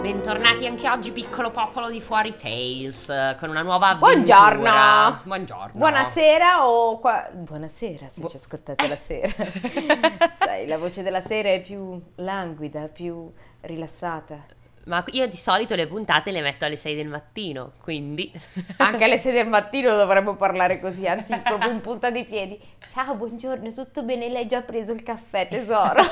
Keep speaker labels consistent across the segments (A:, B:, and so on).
A: bentornati anche oggi, piccolo popolo di Fuori Tales, eh, con una nuova avventura.
B: Buongiorno.
A: Buongiorno.
B: Buonasera o qua... Buonasera se
A: Bu-
B: ci ascoltate la sera. Sai, la voce della sera è più languida, più rilassata.
A: Ma io di solito le puntate le metto alle 6 del mattino, quindi...
B: Anche alle 6 del mattino dovremmo parlare così, anzi proprio in punta di piedi. Ciao, buongiorno, tutto bene? Lei già preso il caffè, tesoro?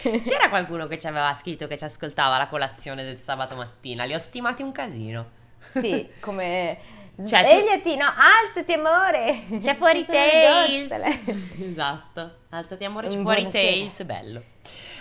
A: C'era qualcuno che ci aveva scritto che ci ascoltava la colazione del sabato mattina, li ho stimati un casino.
B: sì, come...
A: Cioè, tu-
B: Svegliati, no, alzati amore!
A: C'è Fuori
B: Sono le
A: Tales!
B: gozzole.
A: esatto, alzati amore, c'è
B: Mm,
A: Fuori
B: buonasera.
A: Tales, bello.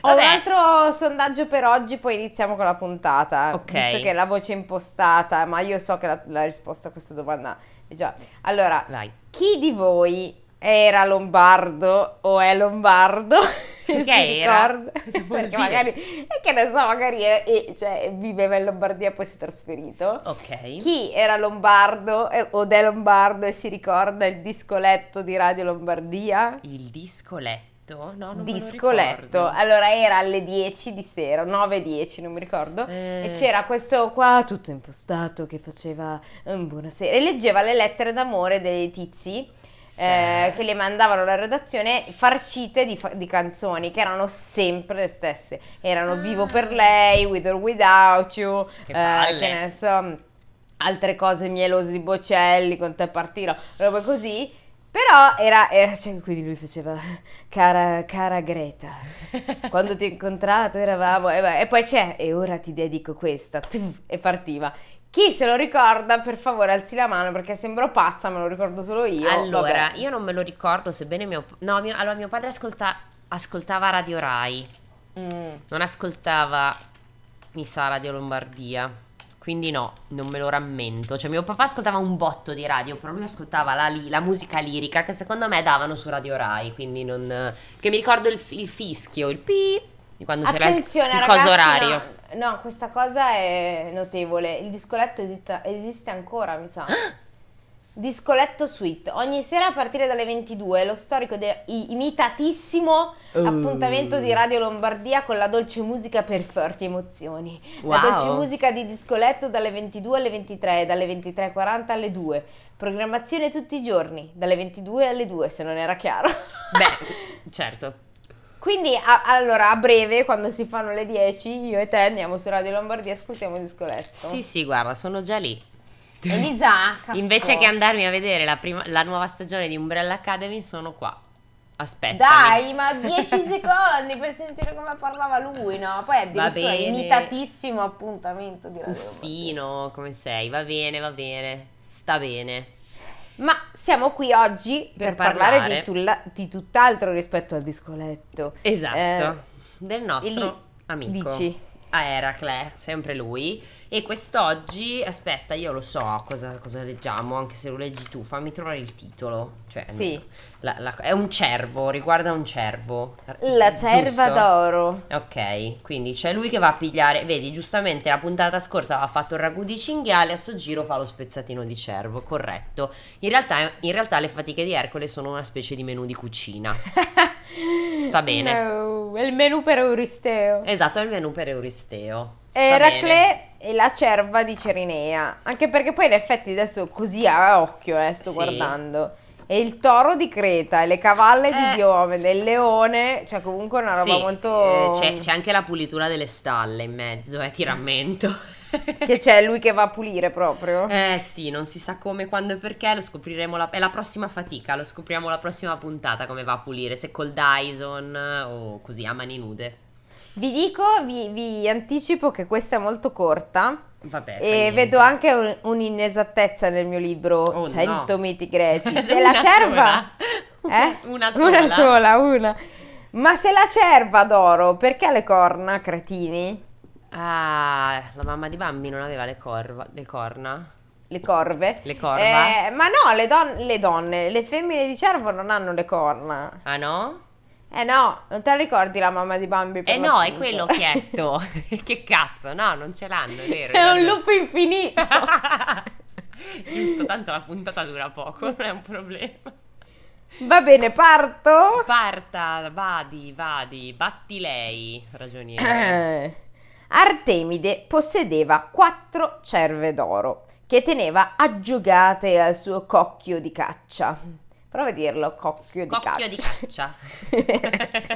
B: Ho un
A: Vabbè.
B: altro sondaggio per oggi, poi iniziamo con la puntata.
A: Ok.
B: Visto che la voce è impostata, ma io so che la, la risposta a questa domanda è già. Allora,
A: Vai.
B: chi di voi era lombardo o è lombardo?
A: Perché
B: Si
A: era?
B: ricorda?
A: Cosa vuol
B: Perché
A: dire?
B: magari, e che ne so, magari è- e- cioè, viveva in Lombardia e poi si è trasferito.
A: Ok.
B: Chi era lombardo eh, o è lombardo e si ricorda il discoletto di Radio Lombardia?
A: Il discoletto? No, non
B: discoletto.
A: me
B: Allora era alle 10 di sera, 9-10, non mi ricordo.
A: lo ricordo. Eh,
B: E c'era questo qua tutto impostato che faceva mm, buonasera e leggeva le lettere d'amore dei tizi
A: sì.
B: eh, che le mandavano alla redazione farcite di, fa- di canzoni che erano sempre le stesse. Erano
A: Ah.
B: Vivo per lei, With or Without You,
A: Che
B: eh,
A: palle.
B: che ne so, altre cose mielose di Bocelli, con te partirò, roba così. Però era, era- cioè, quindi lui faceva cara, cara Greta, quando ti ho incontrato eravamo e, beh, e poi c'è e ora ti dedico questa Tum, e partiva. Chi se lo ricorda per favore alzi la mano perché sembro pazza, me lo ricordo solo io.
A: Allora,
B: Vabbè.
A: io non me lo ricordo, sebbene mio... No, mio- allora mio padre ascolta- ascoltava Radio Rai,
B: Mm.
A: non ascoltava, mi sa, Radio Lombardia. Quindi no, non me lo rammento. Cioè mio papà ascoltava un botto di radio, però lui ascoltava la, li- la musica lirica che secondo me davano su Radio Rai, quindi non... Che mi ricordo il, fi- il fischio, il pi di quando c'era il,
B: Attenzione
A: il
B: ragazzi,
A: coso orario.
B: No, no, questa cosa è notevole. Il discoletto esita- esiste ancora, mi sa. Discoletto Suite. Ogni sera a partire dalle 22, lo storico de- i- imitatissimo
A: Oh.
B: appuntamento
A: Mm.
B: di Radio Lombardia con la dolce musica per forti emozioni. La
A: Wow.
B: dolce musica di discoletto dalle 22 alle 23 e dalle 23.40 alle 2. Programmazione tutti i giorni, dalle 22 alle 2, se non era chiaro.
A: Beh, certo.
B: Quindi a- allora a breve, quando si fanno le 10, io e te andiamo su Radio Lombardia e ascoltiamo il discoletto.
A: Sì, sì, guarda, sono già lì.
B: Elisa, cazzo.
A: Invece che andarmi a vedere la, prima- la nuova stagione di Umbrella Academy, sono qua. Aspetta.
B: Dai, ma 10 secondi per sentire come parlava lui, no? Poi
A: Va
B: addirittura
A: bene.
B: imitatissimo appuntamento di Radio Lombardia.
A: Uffino, come sei? Va bene, va bene. Sta bene.
B: Ma siamo qui oggi
A: Per
B: per, parlare,
A: parlare.
B: di, tulla- di tutt'altro rispetto al discoletto.
A: Esatto.
B: Eh,
A: Del nostro amico.
B: Dici,
A: A Eracle, sempre lui. E quest'oggi, aspetta, io lo so cosa, cosa leggiamo, anche se lo leggi tu, fammi trovare il titolo. Cioè,
B: Sì.
A: la- la- è un cervo, riguarda un cervo.
B: la cerva
A: Giusto?
B: d'oro.
A: Ok, quindi c'è lui che va a pigliare. Vedi, giustamente la puntata scorsa aveva fatto il ragù di cinghiale, a sto giro fa lo spezzatino di cervo, corretto. In realtà, in realtà le fatiche di Ercole sono una specie di menù di cucina. Sta bene.
B: No, è il menù per Euristeo.
A: Esatto, è il menù per Euristeo. Sta bene.
B: Eracle Eh, e la cerva di Cerinea. Anche perché poi in effetti adesso così a occhio eh, sto
A: Sì.
B: guardando. E il toro di Creta, e le cavalle
A: Eh.
B: di Diomede, il leone, cioè comunque una roba
A: Sì,
B: molto...
A: eh, c'è, c'è anche la pulitura delle stalle in mezzo, eh, ti rammento.
B: Che c'è lui che va a pulire proprio.
A: Eh sì, non si sa come, quando e perché, lo scopriremo, la, è la prossima fatica, lo scopriamo la prossima puntata come va a pulire, se col Dyson eh, o così a mani nude.
B: Vi dico, vi, vi anticipo che questa è molto corta
A: Vabbè. fa
B: e
A: Eh, niente.
B: vedo anche un- un'inesattezza nel mio libro
A: Oh,
B: 100
A: no.
B: miti greci. Se
A: Una
B: la cerva...
A: sola.
B: Eh?
A: Una sola.
B: Una sola, una. Ma se la cerva d'oro, perché ha le corna, cretini?
A: Ah, la mamma di Bambi non aveva le, corva, le corna?
B: Le corve?
A: Le corva?
B: Eh, ma no, le, don- le donne, le femmine di cervo non hanno le corna.
A: Ah no?
B: Eh no, non te la ricordi la mamma di Bambi? per
A: Eh no, è
B: l'appunto?
A: quello ho chiesto. che cazzo, no, non ce l'hanno, è vero.
B: è un
A: Allora-
B: loop infinito.
A: Giusto, tanto la puntata dura poco, non è un problema.
B: Va bene, parto.
A: Parta, vadi, vadi, batti lei, ragioniere.
B: Eh. Artemide possedeva quattro cerve d'oro che teneva aggiogate al suo cocchio di caccia. Prova a dirlo, cocchio,
A: Cocchio di caccia.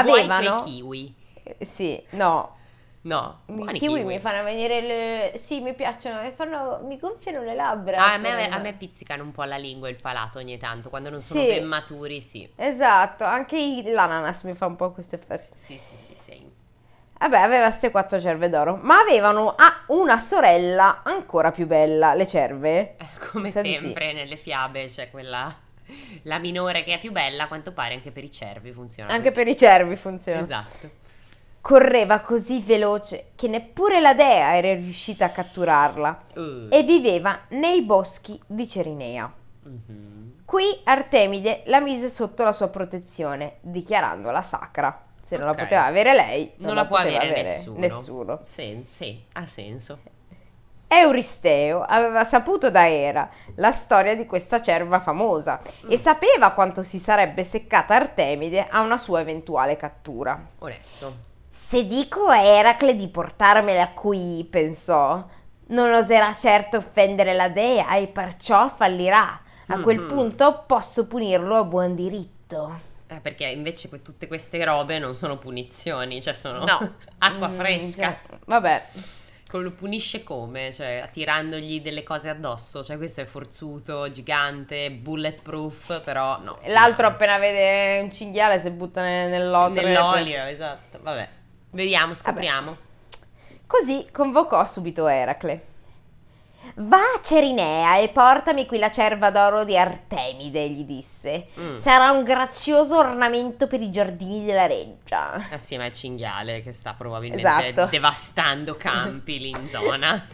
A: I guai
B: avevano-
A: coi kiwi.
B: Sì, no,
A: No,
B: i
A: buoni
B: kiwi mi fanno venire le... Sì, mi piacciono, mi, fanno... mi gonfiano le labbra.
A: Ah, a, me,
B: appena-
A: a me pizzicano un po' la lingua e il palato ogni tanto, quando non sono
B: Sì.
A: ben maturi, sì.
B: Esatto, anche i- l'ananas mi fa un po' questo effetto.
A: Sì, sì, sì, sì.
B: Vabbè, aveva queste quattro cerve d'oro, ma avevano ah, una sorella ancora più bella, le cerve.
A: Eh, Come
B: Sa di sì.
A: sempre nelle fiabe c'è quella, la minore che è più bella, a quanto pare anche per i cervi funziona
B: Anche
A: così.
B: per i cervi funziona.
A: Esatto.
B: Correva così veloce che neppure la dea era riuscita a catturarla
A: Uh,
B: e viveva nei boschi di Cerinea.
A: mhm.
B: Qui Artemide la mise sotto la sua protezione, dichiarandola sacra. Se non
A: Ok.
B: la poteva avere lei,
A: Non la può
B: poteva
A: avere nessuno.
B: nessuno.
A: Sì, sì, ha senso.
B: Euristeo aveva saputo da Era la storia di questa cerva famosa
A: Mm.
B: e sapeva quanto si sarebbe seccata Artemide a una sua eventuale cattura.
A: Onesto.
B: Se dico a Eracle di portarmela qui, pensò, non oserà certo offendere la dea e perciò fallirà. A quel
A: Mhm.
B: punto posso punirlo a buon diritto.
A: Eh, perché invece que- tutte queste robe non sono punizioni, cioè sono
B: No.
A: acqua
B: Mm,
A: fresca.
B: cioè, vabbè.
A: Co- Lo punisce come? Cioè, tirandogli delle cose addosso. Cioè, questo è forzuto, gigante, bulletproof, però no.
B: L'altro
A: no.
B: appena vede un cinghiale si butta ne- nell'olio.
A: Nell'olio, esatto. Vabbè. Vediamo, scopriamo.
B: Così convocò subito Eracle. Va a Cerinea e portami qui la cerva d'oro di Artemide, gli disse.
A: Mm.
B: Sarà un grazioso ornamento per i giardini della reggia.
A: Assieme al cinghiale che sta probabilmente
B: Esatto.
A: devastando campi lì in zona.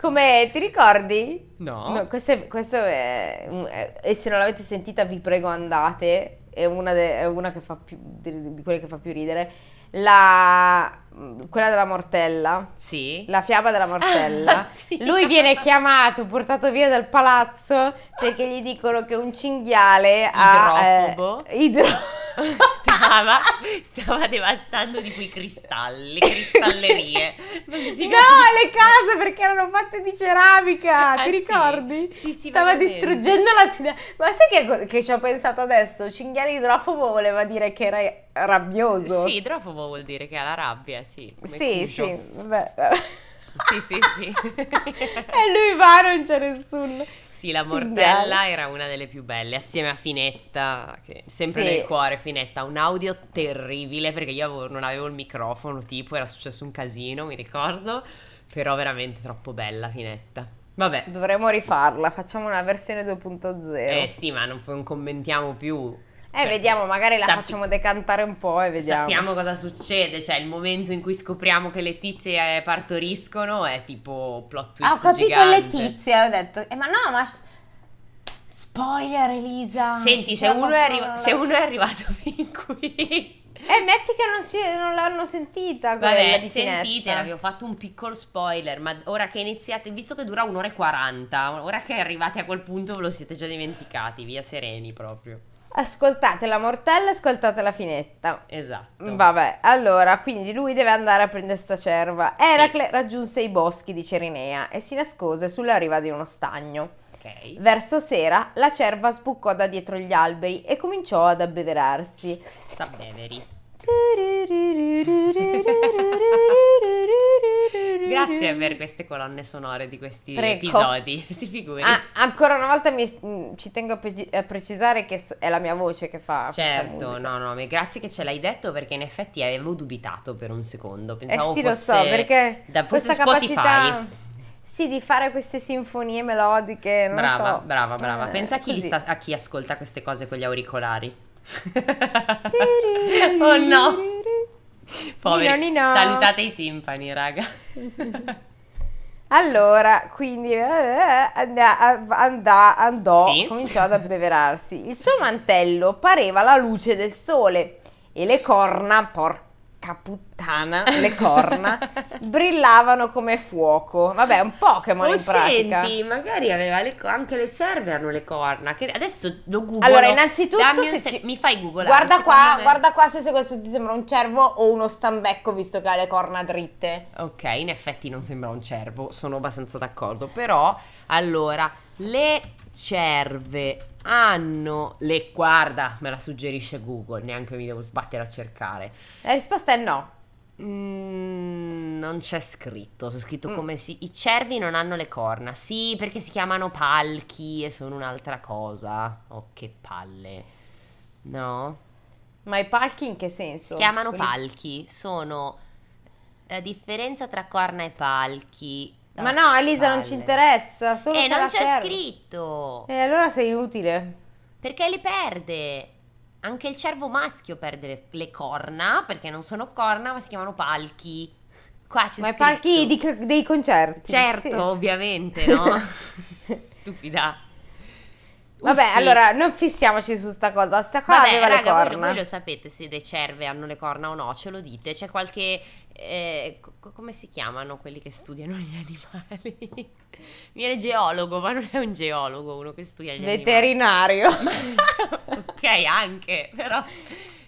B: Come ti ricordi?
A: no.
B: No, questo, è, questo è- è- E se non l'avete sentita, vi prego, andate. È una, de- è una che fa più, di, di quelle che fa più ridere. La, quella della mortella.
A: Sì.
B: La fiaba della mortella.
A: Ah, sì.
B: Lui viene chiamato, portato via dal palazzo perché gli dicono che un cinghiale ha.
A: Idrofobo.
B: eh, idro-
A: Stava, stava devastando di quei cristalli, cristallerie. Non si
B: No, le
A: capisce.
B: case perché erano fatte di ceramica,
A: Ah, sì?
B: ti ricordi?
A: Sì, sì,
B: Stava
A: vagamente.
B: distruggendo la città. Ma sai che, co- che ci ho pensato adesso? Cinghiale idrofobo voleva dire che era rabbioso.
A: Sì, idrofobo vuol dire che ha la rabbia, sì. come
B: sì,
A: Cujo.
B: sì, vabbè. vabbè.
A: Sì, sì, sì.
B: e lui va, non c'è nessuno.
A: Sì, la
B: Cinghiale.
A: Mortella era una delle più belle, assieme a Finetta, che sempre
B: Sì.
A: nel cuore Finetta, un audio terribile perché io avevo- non avevo il microfono, tipo, era successo un casino, mi ricordo, però veramente troppo bella Finetta. Vabbè,
B: Dovremmo rifarla, facciamo una versione 2.0.
A: eh
B: Eh,
A: sì, ma non, non commentiamo più. Cioè,
B: vediamo, magari la
A: sappi-
B: facciamo decantare un po' e vediamo.
A: Sappiamo cosa succede, cioè il momento in cui scopriamo che le tizie eh, partoriscono è tipo plot twist
B: Ah, ho capito
A: gigante.
B: Letizia, ho detto, eh, ma no, ma... s- Spoiler, Elisa.
A: Senti, se
B: Ah, C'era
A: uno, è
B: qualcuno,
A: arri-
B: non
A: se
B: l'ha-
A: uno è arrivato fin qui...
B: Eh, metti che non, si- non l'hanno sentita quella
A: Vabbè,
B: di
A: sentite,
B: finestra.
A: abbiamo fatto un piccolo spoiler, ma ora che iniziate, visto che dura un'ora e 40, ora che arrivate a quel punto ve lo siete già dimenticati, via sereni proprio.
B: Ascoltate la mortella, ascoltate la finetta.
A: Esatto.
B: Vabbè, allora, quindi lui deve andare a prendere sta cerva. Eracle raggiunse i boschi di Cerinea e si nascose sulla riva di uno stagno.
A: Ok.
B: Verso sera, la cerva sbucò da dietro gli alberi e cominciò ad abbeverarsi.
A: Sta beveri. Grazie per queste colonne sonore di questi
B: Prego.
A: episodi, si figuri.
B: Ah, ancora una volta mi- mh, ci tengo a, preci- a precisare che so- è la mia voce che fa. questa
A: Certo,
B: musica.
A: no, no, ma grazie che ce l'hai detto perché in effetti avevo dubitato per un secondo, pensavo
B: Eh sì, lo
A: fosse
B: so, perché
A: da- fosse
B: questa
A: Spotify.
B: capacità sì, di fare queste sinfonie melodiche, non lo
A: Brava,
B: so.
A: brava, brava.
B: Eh,
A: Pensa a chi, li
B: così.
A: sta- a chi ascolta queste cose con gli auricolari.
B: Ciriri,
A: oh no, poveri.
B: Nino, Nino.
A: Salutate i timpani, raga.
B: Allora, quindi eh, eh, andà- andà- andò,
A: Sì.
B: cominciò ad abbeverarsi. Il suo mantello pareva la luce del sole e le corna, porca porca puttana, le corna, brillavano come fuoco. Vabbè, un Pokémon
A: Oh,
B: in pratica.
A: senti, magari aveva le co- anche le cerve hanno le corna. Che adesso lo googlano.
B: Allora, innanzitutto,
A: Dammi un
B: se
A: se-
B: ci-
A: mi fai googolare.
B: Guarda
A: secondo
B: qua,
A: me-
B: guarda qua se se questo ti sembra un cervo o uno stambecco visto che ha le corna dritte.
A: Ok, in effetti non sembra un cervo, sono abbastanza d'accordo. Però, allora, le cerve hanno le guarda, me la suggerisce Google, neanche mi devo sbattere a cercare.
B: La risposta è no.
A: Mm, non c'è scritto, c'è scritto
B: Mm.
A: come si i cervi non hanno le corna. Sì, perché si chiamano palchi e sono un'altra cosa. Oh, che palle. No?
B: Ma i palchi in che
A: Si
B: senso?
A: chiamano
B: Quelli-
A: palchi, sono la differenza tra corna e palchi.
B: Ma no, Elisa, non ci interessa. Solo
A: E
B: se
A: Eh, non
B: la
A: c'è
B: serve. Eh.
A: scritto.
B: E allora sei utile.
A: Perché li perde? Anche il cervo maschio perde le, le corna, perché non sono corna, ma si chiamano palchi. Qua c'è
B: Ma i
A: scritto.
B: palchi di c- dei concerti.
A: Certo,
B: Sì, sì.
A: ovviamente, no? Stupida.
B: Vabbè,
A: Uffi.
B: allora non fissiamoci su sta cosa. Sta qua
A: Vabbè,
B: aveva
A: raga,
B: le
A: voi,
B: corna.
A: voi lo sapete se le cerve hanno le corna o no, ce lo dite. C'è qualche... eh, co- co- come si chiamano quelli che studiano gli animali? Mi viene geologo, ma non è un geologo uno che studia gli
B: Veterinario.
A: animali. ok, anche, però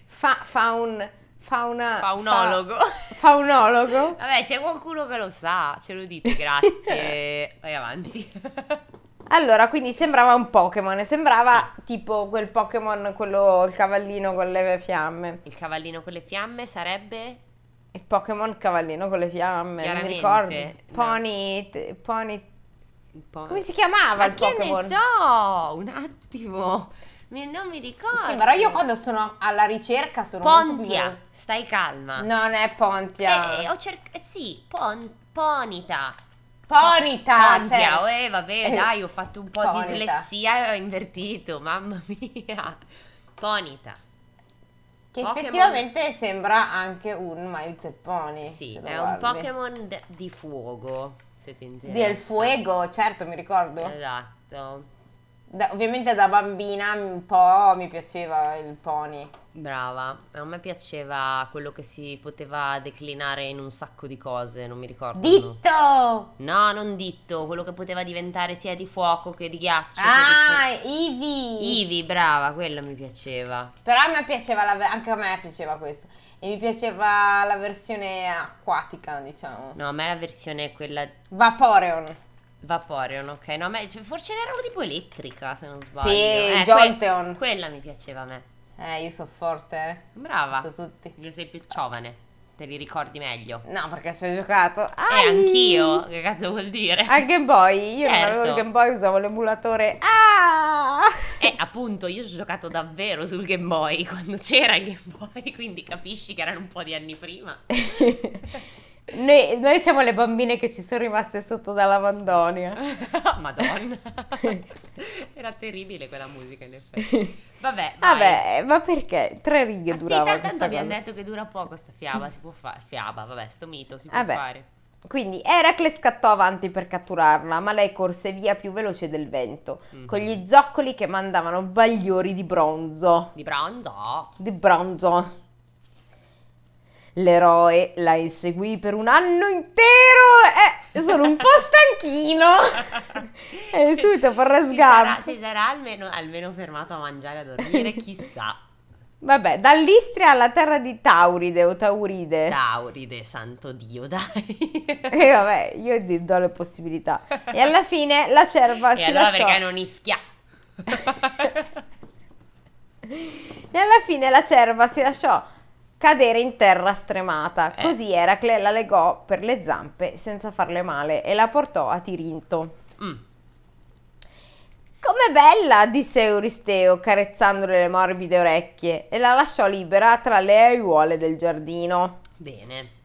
B: fa, fa un. Fa una.
A: faunologo.
B: Fa, faunologo.
A: Vabbè, c'è qualcuno che lo sa, ce lo dite, grazie. Vai avanti.
B: Allora, quindi sembrava un Pokémon. e Sembrava tipo quel Pokémon, quello. il cavallino con le fiamme.
A: Il cavallino con le fiamme sarebbe...
B: Il Pokémon cavallino con le fiamme. Non mi
A: Chiaramente,
B: ricordo.
A: no.
B: Pony. t- Pony.
A: Un po'...
B: Come si chiamava
A: Ma
B: il
A: che
B: Pokémon?
A: ne so? Un attimo. Mi- non mi ricordo.
B: Sì, però io quando sono alla ricerca sono molto più
A: Pontia,
B: veloce.
A: stai calma.
B: Non è Pontia.
A: Eh, eh, ho cercato. Sì, pon- Ponita.
B: Ponita,
A: Pontia,
B: cioè.
A: eh, vabbè,
B: Eh,
A: dai, ho fatto un po'
B: Ponita.
A: di dislessia e ho invertito, mamma mia. Ponita.
B: che
A: Pokémon.
B: effettivamente sembra anche un My Little Pony.
A: Sì,
B: se Eh, lo
A: è un
B: guardi.
A: Pokémon d- di fuoco, se ti interessa.
B: Del fuego, certo, mi ricordo.
A: Esatto.
B: Da- ovviamente da bambina un po' mi piaceva il pony.
A: Oh, Brava, a me piaceva quello che si poteva declinare in un sacco di cose, non mi ricordo.
B: Ditto!
A: No, non ditto, quello che poteva diventare sia di fuoco che di ghiaccio.
B: Ah,
A: che di fu-
B: Ivy!
A: Ivi, brava, quello mi piaceva.
B: Però a me piaceva la ve- anche a me piaceva questo. E mi piaceva la versione acquatica, diciamo.
A: No, a me la versione quella
B: Vaporeon.
A: Vaporeon, ok? No, a me cioè, forse era una tipo elettrica, se non sbaglio.
B: Sì,
A: Eh,
B: Jolteon.
A: quel- quella mi piaceva a me.
B: Eh, io so forte, eh.
A: Brava.
B: So tutti.
A: Io sei più giovane, te li ricordi meglio.
B: No, perché ci ho giocato.
A: E
B: Ai!
A: Eh, anch'io, che cazzo vuol dire?
B: Al Game Boy? Io non avevo
A: Certo.
B: il Game Boy, usavo l'emulatore. Ah!
A: Eh, appunto, io ci ho giocato davvero sul Game Boy quando c'era il Game Boy, quindi capisci che erano un po' di anni prima.
B: Noi, noi siamo le bambine che ci sono rimaste sotto dalla Vandonia.
A: Madonna. Era terribile quella musica, in effetti. Vabbè, vai.
B: Vabbè, ma perché? Tre righe
A: Ah, sì,
B: durava
A: tanto, eh. tanto
B: questa
A: abbiamo
B: cosa.
A: detto che dura poco sta fiaba, si può fare. Fiaba, vabbè, sto mito, si può
B: Vabbè.
A: fare.
B: Quindi Eracle scattò avanti per catturarla, ma lei corse via più veloce del vento,
A: Mhm.
B: con gli zoccoli che mandavano bagliori di bronzo.
A: Di bronzo.
B: Di bronzo. L'eroe la inseguì per un anno intero. Eh, sono un po' stanchino. E subito farà
A: Si sarà,
B: sgam.
A: si sarà almeno, almeno fermato a mangiare e a dormire, chissà.
B: Vabbè, dall'Istria alla terra di Tauride o Tauride.
A: Tauride, santo Dio, dai.
B: E vabbè, io ti do le possibilità. E alla fine la cerva si
A: e allora
B: lasciò.
A: perché non ischia?
B: E alla fine la cerva si lasciò cadere in terra stremata.
A: Eh.
B: Così Eracle la legò per le zampe senza farle male e la portò a Tirinto.
A: Mm.
B: Com'è bella, disse Euristeo, carezzandole le morbide orecchie, e la lasciò libera tra le aiuole del giardino.
A: Bene.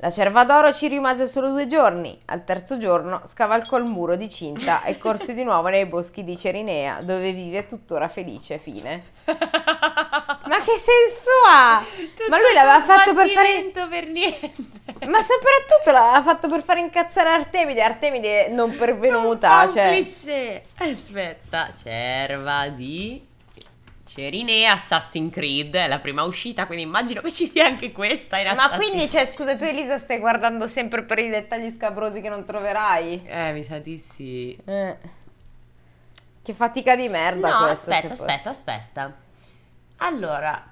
B: La cerva d'oro ci rimase solo due giorni. Al terzo giorno scavalcò il muro di cinta e corse di nuovo nei boschi di Cerinea, dove vive tuttora felice fine. Ma che senso ha? Ah, Ma lui l'aveva fatto per fare.
A: per niente.
B: Ma soprattutto l'aveva fatto per far incazzare Artemide, Artemide non pervenuta,
A: Non fa un
B: cioè.
A: plissé. Aspetta, cerva di Sheriné, Assassin's Creed, è la prima uscita, quindi immagino che ci sia anche questa in
B: Ma
A: Assassin's
B: quindi, cioè, scusa, tu Elisa stai guardando sempre per i dettagli scabrosi che non troverai?
A: Eh, mi sa di sì.
B: Eh. Che fatica di merda
A: No,
B: questa, se
A: aspetta,
B: posso.
A: aspetta, aspetta. Allora,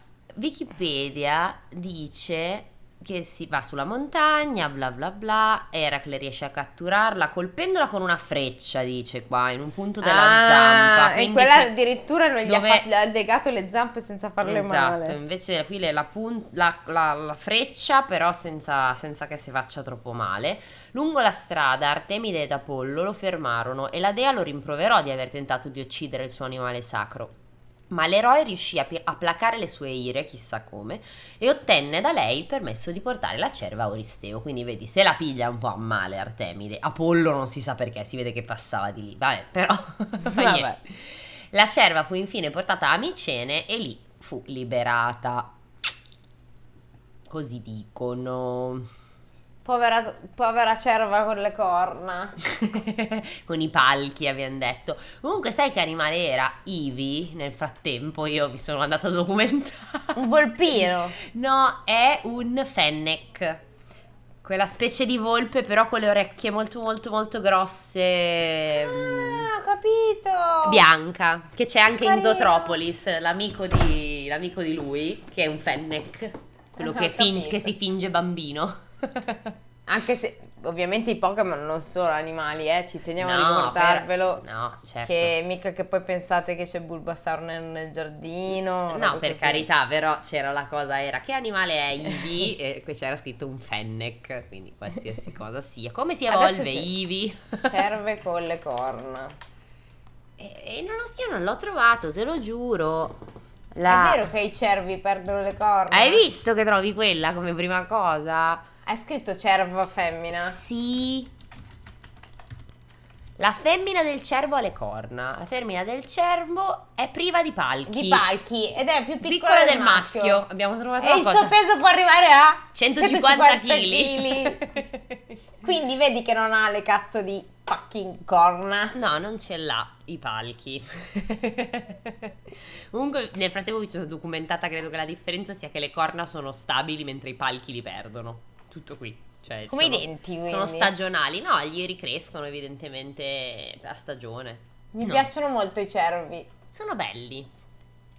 A: Wikipedia dice che si va sulla montagna, bla bla bla, Eracle riesce a catturarla colpendola con una freccia, dice qua, in un punto della
B: Ah,
A: zampa.
B: E
A: quindi
B: quella
A: qui-
B: addirittura non gli ha
A: dove-
B: fatto- le ha legato le zampe senza farle
A: Esatto,
B: male.
A: invece qui le- la, pun- la- la- la freccia però senza, senza che si faccia troppo male. Lungo la strada Artemide ed Apollo lo fermarono e la dea lo rimproverò di aver tentato di uccidere il suo animale sacro. Ma l'eroe riuscì a, pi- a placare le sue ire, chissà come, e ottenne da lei il permesso di portare la cerva a Oristeo. Quindi vedi, se la piglia un po' a male Artemide, Apollo non si sa perché, si vede che passava di lì. Vabbè, però... fa
B: Vabbè.
A: niente. La cerva fu infine portata a Micene e lì fu liberata. Così dicono.
B: Povera, povera cerva con le corna.
A: Con i palchi abbiamo detto. Comunque, sai che animale era? Ivi, nel frattempo io mi sono andata a documentare.
B: Un volpino.
A: No, è un fennec. Quella specie di volpe, però con le orecchie molto, molto, molto grosse. mm,
B: Ah, ho capito.
A: Bianca, che c'è anche in
B: Carino.
A: Zotropolis, l'amico di, l'amico di lui, che è un fennec, quello
B: Ah,
A: che,
B: ho
A: fin-
B: capito.
A: che si finge bambino.
B: Anche se ovviamente i Pokémon non sono animali, eh, ci teniamo a
A: No,
B: ricordarvelo.
A: per- no, certo.
B: Che mica che poi pensate che c'è Bulbasaur nel, nel giardino.
A: No,
B: robe
A: per
B: così.
A: carità, però c'era la cosa, era che animale è Ivi? e qui c'era scritto un fennec, quindi qualsiasi cosa sia. Come si
B: Adesso
A: evolve
B: c'è-
A: Ivi?
B: Cerve con le corna.
A: E, e non lo, io non l'ho trovato, te lo giuro.
B: È
A: La-
B: vero che i cervi perdono le corna?
A: Hai visto che trovi quella come prima cosa?
B: Hai scritto cerva femmina?
A: Sì. La femmina del cervo ha le corna. La femmina del cervo è priva di palchi.
B: Di palchi ed è più
A: Piccola,
B: piccola,
A: del maschio. Abbiamo trovato
B: E
A: la
B: il
A: cosa.
B: suo peso può arrivare a
A: 150
B: 150
A: kg.
B: Quindi vedi che non ha le cazzo di fucking corna.
A: No, non ce l'ha i palchi. Comunque, nel frattempo mi sono documentata, credo che la differenza sia che le corna sono stabili mentre i palchi li perdono. Tutto qui. Cioè,
B: Come
A: sono,
B: i denti, quindi.
A: sono stagionali, no, gli ricrescono evidentemente a stagione.
B: Mi
A: no. Mm,
B: piacciono molto i cervi.
A: Sono belli.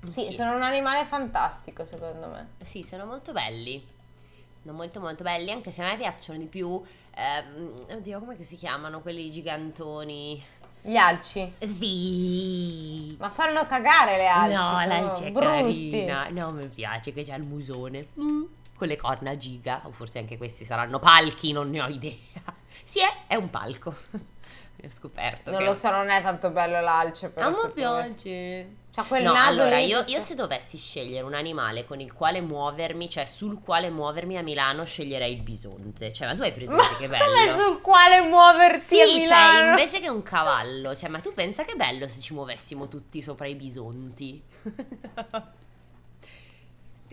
B: Sì, sono un animale fantastico, secondo me.
A: Sì, sono molto belli. Sono molto molto belli, anche se a me piacciono di più. ehm, oddio, come si chiamano quelli gigantoni?
B: Gli alci.
A: Sì.
B: Ma fanno cagare le alci.
A: no,
B: sono
A: l'alce è
B: brutti.
A: carina. No, mi piace che c'ha il musone. Mm, con le corna giga, o forse anche questi saranno palchi, non ne ho idea. Sì, è, è un palco. Ho scoperto.
B: Non
A: che-
B: lo so, non è tanto bello l'alce, però.
A: A me
B: secondo me.
A: piace.
B: C'ha quel
A: No,
B: naso
A: allora
B: lì
A: io,
B: tutto-
A: io se dovessi scegliere un animale con il quale muovermi, cioè sul quale muovermi a Milano, sceglierei il bisonte. Cioè, ma tu hai presente
B: Ma
A: che
B: come
A: bello?
B: sul quale muoversi
A: Sì,
B: a
A: cioè,
B: Milano?
A: invece che un cavallo, cioè, ma tu pensa che bello se ci muovessimo tutti sopra i bisonti?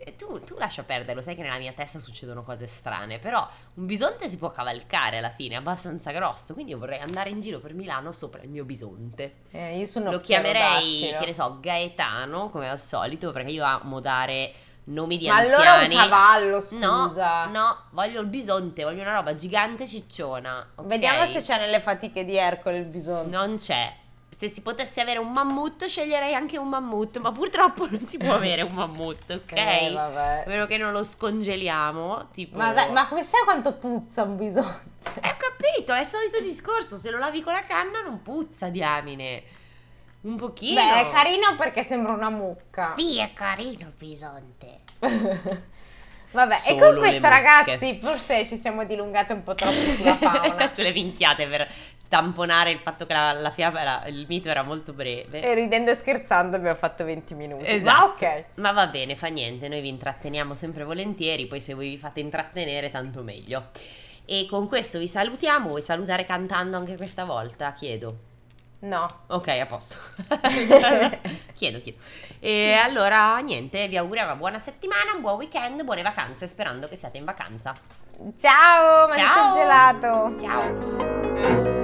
A: E tu, tu lascia perdere, lo sai che nella mia testa succedono cose strane, però un bisonte si può cavalcare alla fine, è abbastanza grosso, quindi io vorrei andare in giro per Milano sopra il mio bisonte.
B: Eh, io sono
A: Lo chiamerei,
B: pterodattilo.
A: che ne so, Gaetano, come al solito, perché io amo dare nomi di
B: Ma allora un
A: anziani.
B: cavallo,
A: No,
B: scusa.
A: no, voglio il bisonte, voglio una roba gigante cicciona. ok?
B: Vediamo se c'è nelle fatiche di Ercole il bisogno.
A: Non c'è. Se si potesse avere un mammut, sceglierei anche un mammut, ma purtroppo non si può avere un mammut, ok?
B: Eh,
A: A
B: vabbè.
A: meno che non lo scongeliamo, tipo...
B: Ma, dai, ma come sai quanto puzza un bisogno?
A: Eh, ho capito, è il solito discorso, se lo lavi con la canna non puzza, diamine. Un pochino.
B: Beh, è carino perché sembra una mucca.
A: Sì, è carino il bisonte.
B: Vabbè, e
A: Solo
B: con
A: le
B: questo,
A: mucche.
B: ragazzi, forse ci siamo dilungate un po' troppo sulla fauna.
A: Sulle minchiate per tamponare il fatto che la, la fiaba era- il mito era molto breve.
B: e ridendo e scherzando abbiamo fatto 20 minuti.
A: Esatto.
B: Ma ok.
A: Ma va bene, fa niente, noi vi intratteniamo sempre volentieri, poi se voi vi fate intrattenere tanto meglio. E con questo vi salutiamo, vuoi salutare cantando anche questa volta? Chiedo.
B: No.
A: Ok, a posto. chiedo, chiedo. E allora niente, vi auguriamo una buona settimana, un buon weekend, buone vacanze, sperando che siate in vacanza.
B: Ciao, mangiate
A: Ciao.
B: il gelato.
A: Ciao.